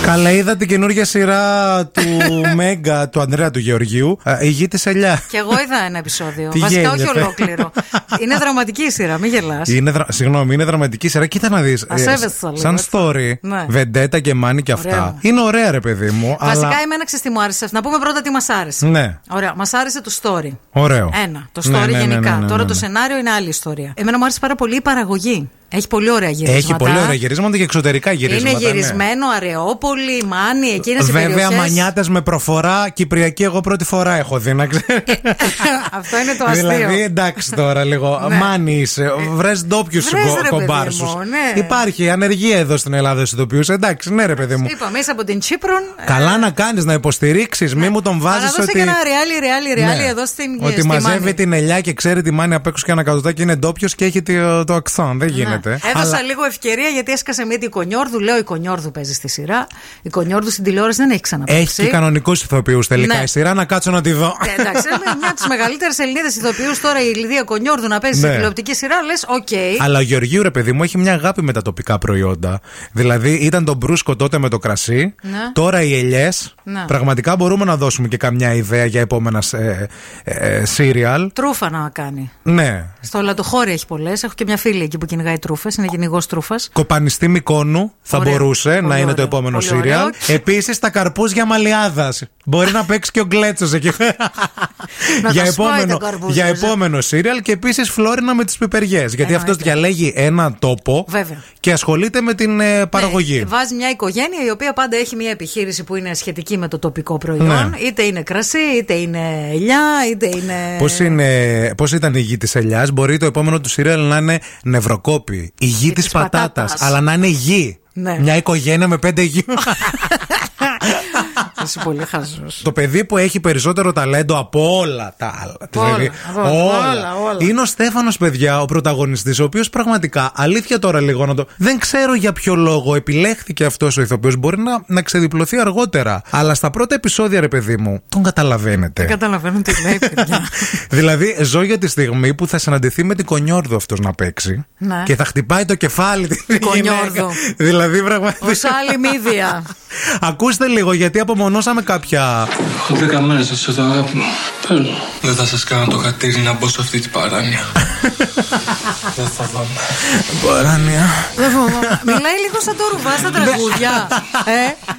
Καλά, είδα την καινούργια σειρά του Μέγκα, του Ανδρέα του Γεωργίου. Α, Η γη της Ελιά. Κι εγώ είδα ένα επεισόδιο. Τι Βασικά, όχι γέλιατε. ολόκληρο. Είναι δραματική η σειρά, μην γελάς. Είναι δρα... Συγγνώμη, είναι δραματική σειρά. Κοίτα να δεις. Ας, σέβεσαι λίγο, Σαν έτσι. story, Ναι. βεντέτα και μάνι και αυτά. Ωραίο. Είναι ωραία, ρε παιδί μου. Βασικά, αλλά... εμένα ξέρεις τι μου άρεσε. Να πούμε πρώτα τι μας άρεσε. Ναι, Ωραία, μας άρεσε το story. ωραίο. Ένα. Το story Ναι, ναι, ναι, γενικά. ναι, ναι, ναι, Τώρα ναι. το σενάριο είναι άλλη ιστορία. Εμένα μου άρεσε πάρα πολύ η παραγωγή. Έχει πολύ ωραία γυρίσματα. Έχει πολύ ωραία γυρίσματα και εξωτερικά γυρίσματα. Είναι ναι. γυρισμένο, Αρεόπολη, Μάνι, εκείνε οι Βέβαια, περιοχές. μανιάτε με προφορά Κυπριακή, εγώ πρώτη φορά έχω δει, να ξέρεις. Ε, Αυτό είναι το αστείο. Δηλαδή, εντάξει τώρα λίγο. Ναι. Μάνι είσαι. Βρες ντόπιους Βρες, ρε, παιδί κομπάρσου. μου, ναι. Υπάρχει ανεργία εδώ στην Ελλάδα στους τοπιού. Εντάξει, ναι, ρε παιδί μου. Είπαμε, είσαι από την Τσίπρον. ε, Καλά να κάνεις, να υποστηρίξεις. Μη μου τον βάζει παραδώσε ότι. Ναι. Ναι. και ένα ρεάλι, ρεάλι, ρεάλι εδώ στην Ότι στη μαζεύει Μάνη. την ελιά και ξέρει τη μάνη απ' έξω και ένα κατωτάκι είναι ντόπιος και έχει το, το αξόν. Ναι. Δεν γίνεται. Έδωσα λίγο ευκαιρία γιατί έσκασε μία την Κονιόρδου. Λέω η Κονιόρδου παίζει στη σειρά. Η Κονιόρδου στην τηλεόραση δεν έχει ξαναπέξει. Έχει και κανονικούς ηθοποιούς τελικά Ναι. η σειρά, να κάτσω να τη δω. Ε, Εντάξει, είναι μια από τις μεγαλύτερες Ελληνίδες ηθοποιούς τώρα η Λιδία Κονιόρδου να παίζει Ναι. σε τηλεοπτική σειρά. Λες, οκ. Αλλά ο Γεωργίου, ρε παιδί μου, έχει μια αγάπη με τα τοπικά προϊόντα. Δηλαδή, ήταν το μπρούσκο τότε με το κρασί. Ναι. Τώρα οι ελιές. Ναι. Πραγματικά μπορούμε να δώσουμε και καμιά ιδέα για επόμενα ε, ε, σύριαλ. Τρούφα να κάνει. Ναι. Στο λατοχώρι έχει πολλές. Έχω και μια φίλη εκεί που κυνηγάει τρούφε. Είναι γενικό τρούφα. Κοπανιστή Μικόνου θα Ωραίο. μπορούσε να Πολύ είναι το ωραίο. επόμενο Πολύ ωραίο. σύριαλ. Επίσης τα καρπούζια Μαλιάδα. Μπορεί να παίξει και ο Γκλέτσος εκεί. Να για, τα σπάει επόμενο, τα καρπούζια, για ζε. επόμενο σύριαλ και επίσης Φλόρινα με τις πιπεριέ. Γιατί Εννοείται. αυτό διαλέγει ένα τόπο Βέβαια. και ασχολείται με την ε, παραγωγή. Ναι, βάζει μια οικογένεια η οποία πάντα έχει μια επιχείρηση που είναι σχετική με το τοπικό προϊόν. Ναι. Είτε είναι κρασί, είτε είναι ελιά, είτε είναι. Πώς είναι, πώς ήταν η γη της ελιάς Μπορεί το επόμενο του σύριαλ να είναι νευροκόπη Η γη της, Ε, της πατάτας, πατάτας. Αλλά να είναι γη Ναι. Μια οικογένεια με πέντε γη Είσαι πολύ χαζός. Το παιδί που έχει περισσότερο ταλέντο από όλα τα άλλα. όλα, από όλα, όλα, όλα. Είναι ο Στέφανος, παιδιά, ο πρωταγωνιστής ο οποίος πραγματικά, αλήθεια τώρα λίγο να το. Δεν ξέρω για ποιο λόγο επιλέχθηκε αυτός ο ηθοποιός. Μπορεί να, να ξεδιπλωθεί αργότερα. Αλλά στα πρώτα επεισόδια, ρε παιδί μου, τον καταλαβαίνετε. Καταλαβαίνω τι λέει, παιδιά. δηλαδή, ζω για τη στιγμή που θα συναντηθεί με την Κονιόρδο αυτός να παίξει. Ναι. Και θα χτυπάει το κεφάλι τη. Κονιόρδο. δηλαδή, πραγματικά. Ως άλλη μύδια. Ακούστε λίγο, γιατί απομονώσαμε κάποια. Έχω δέκα μέρες να σας το αγάπη μου. Πες μου. Δεν θα σας κάνω το χατήρι να μπω σε αυτή την παράνοια. Δεν φοβάμαι. Παράνοια. Μιλάει λίγο σαν το ρουβά στα τραγούδια. ε.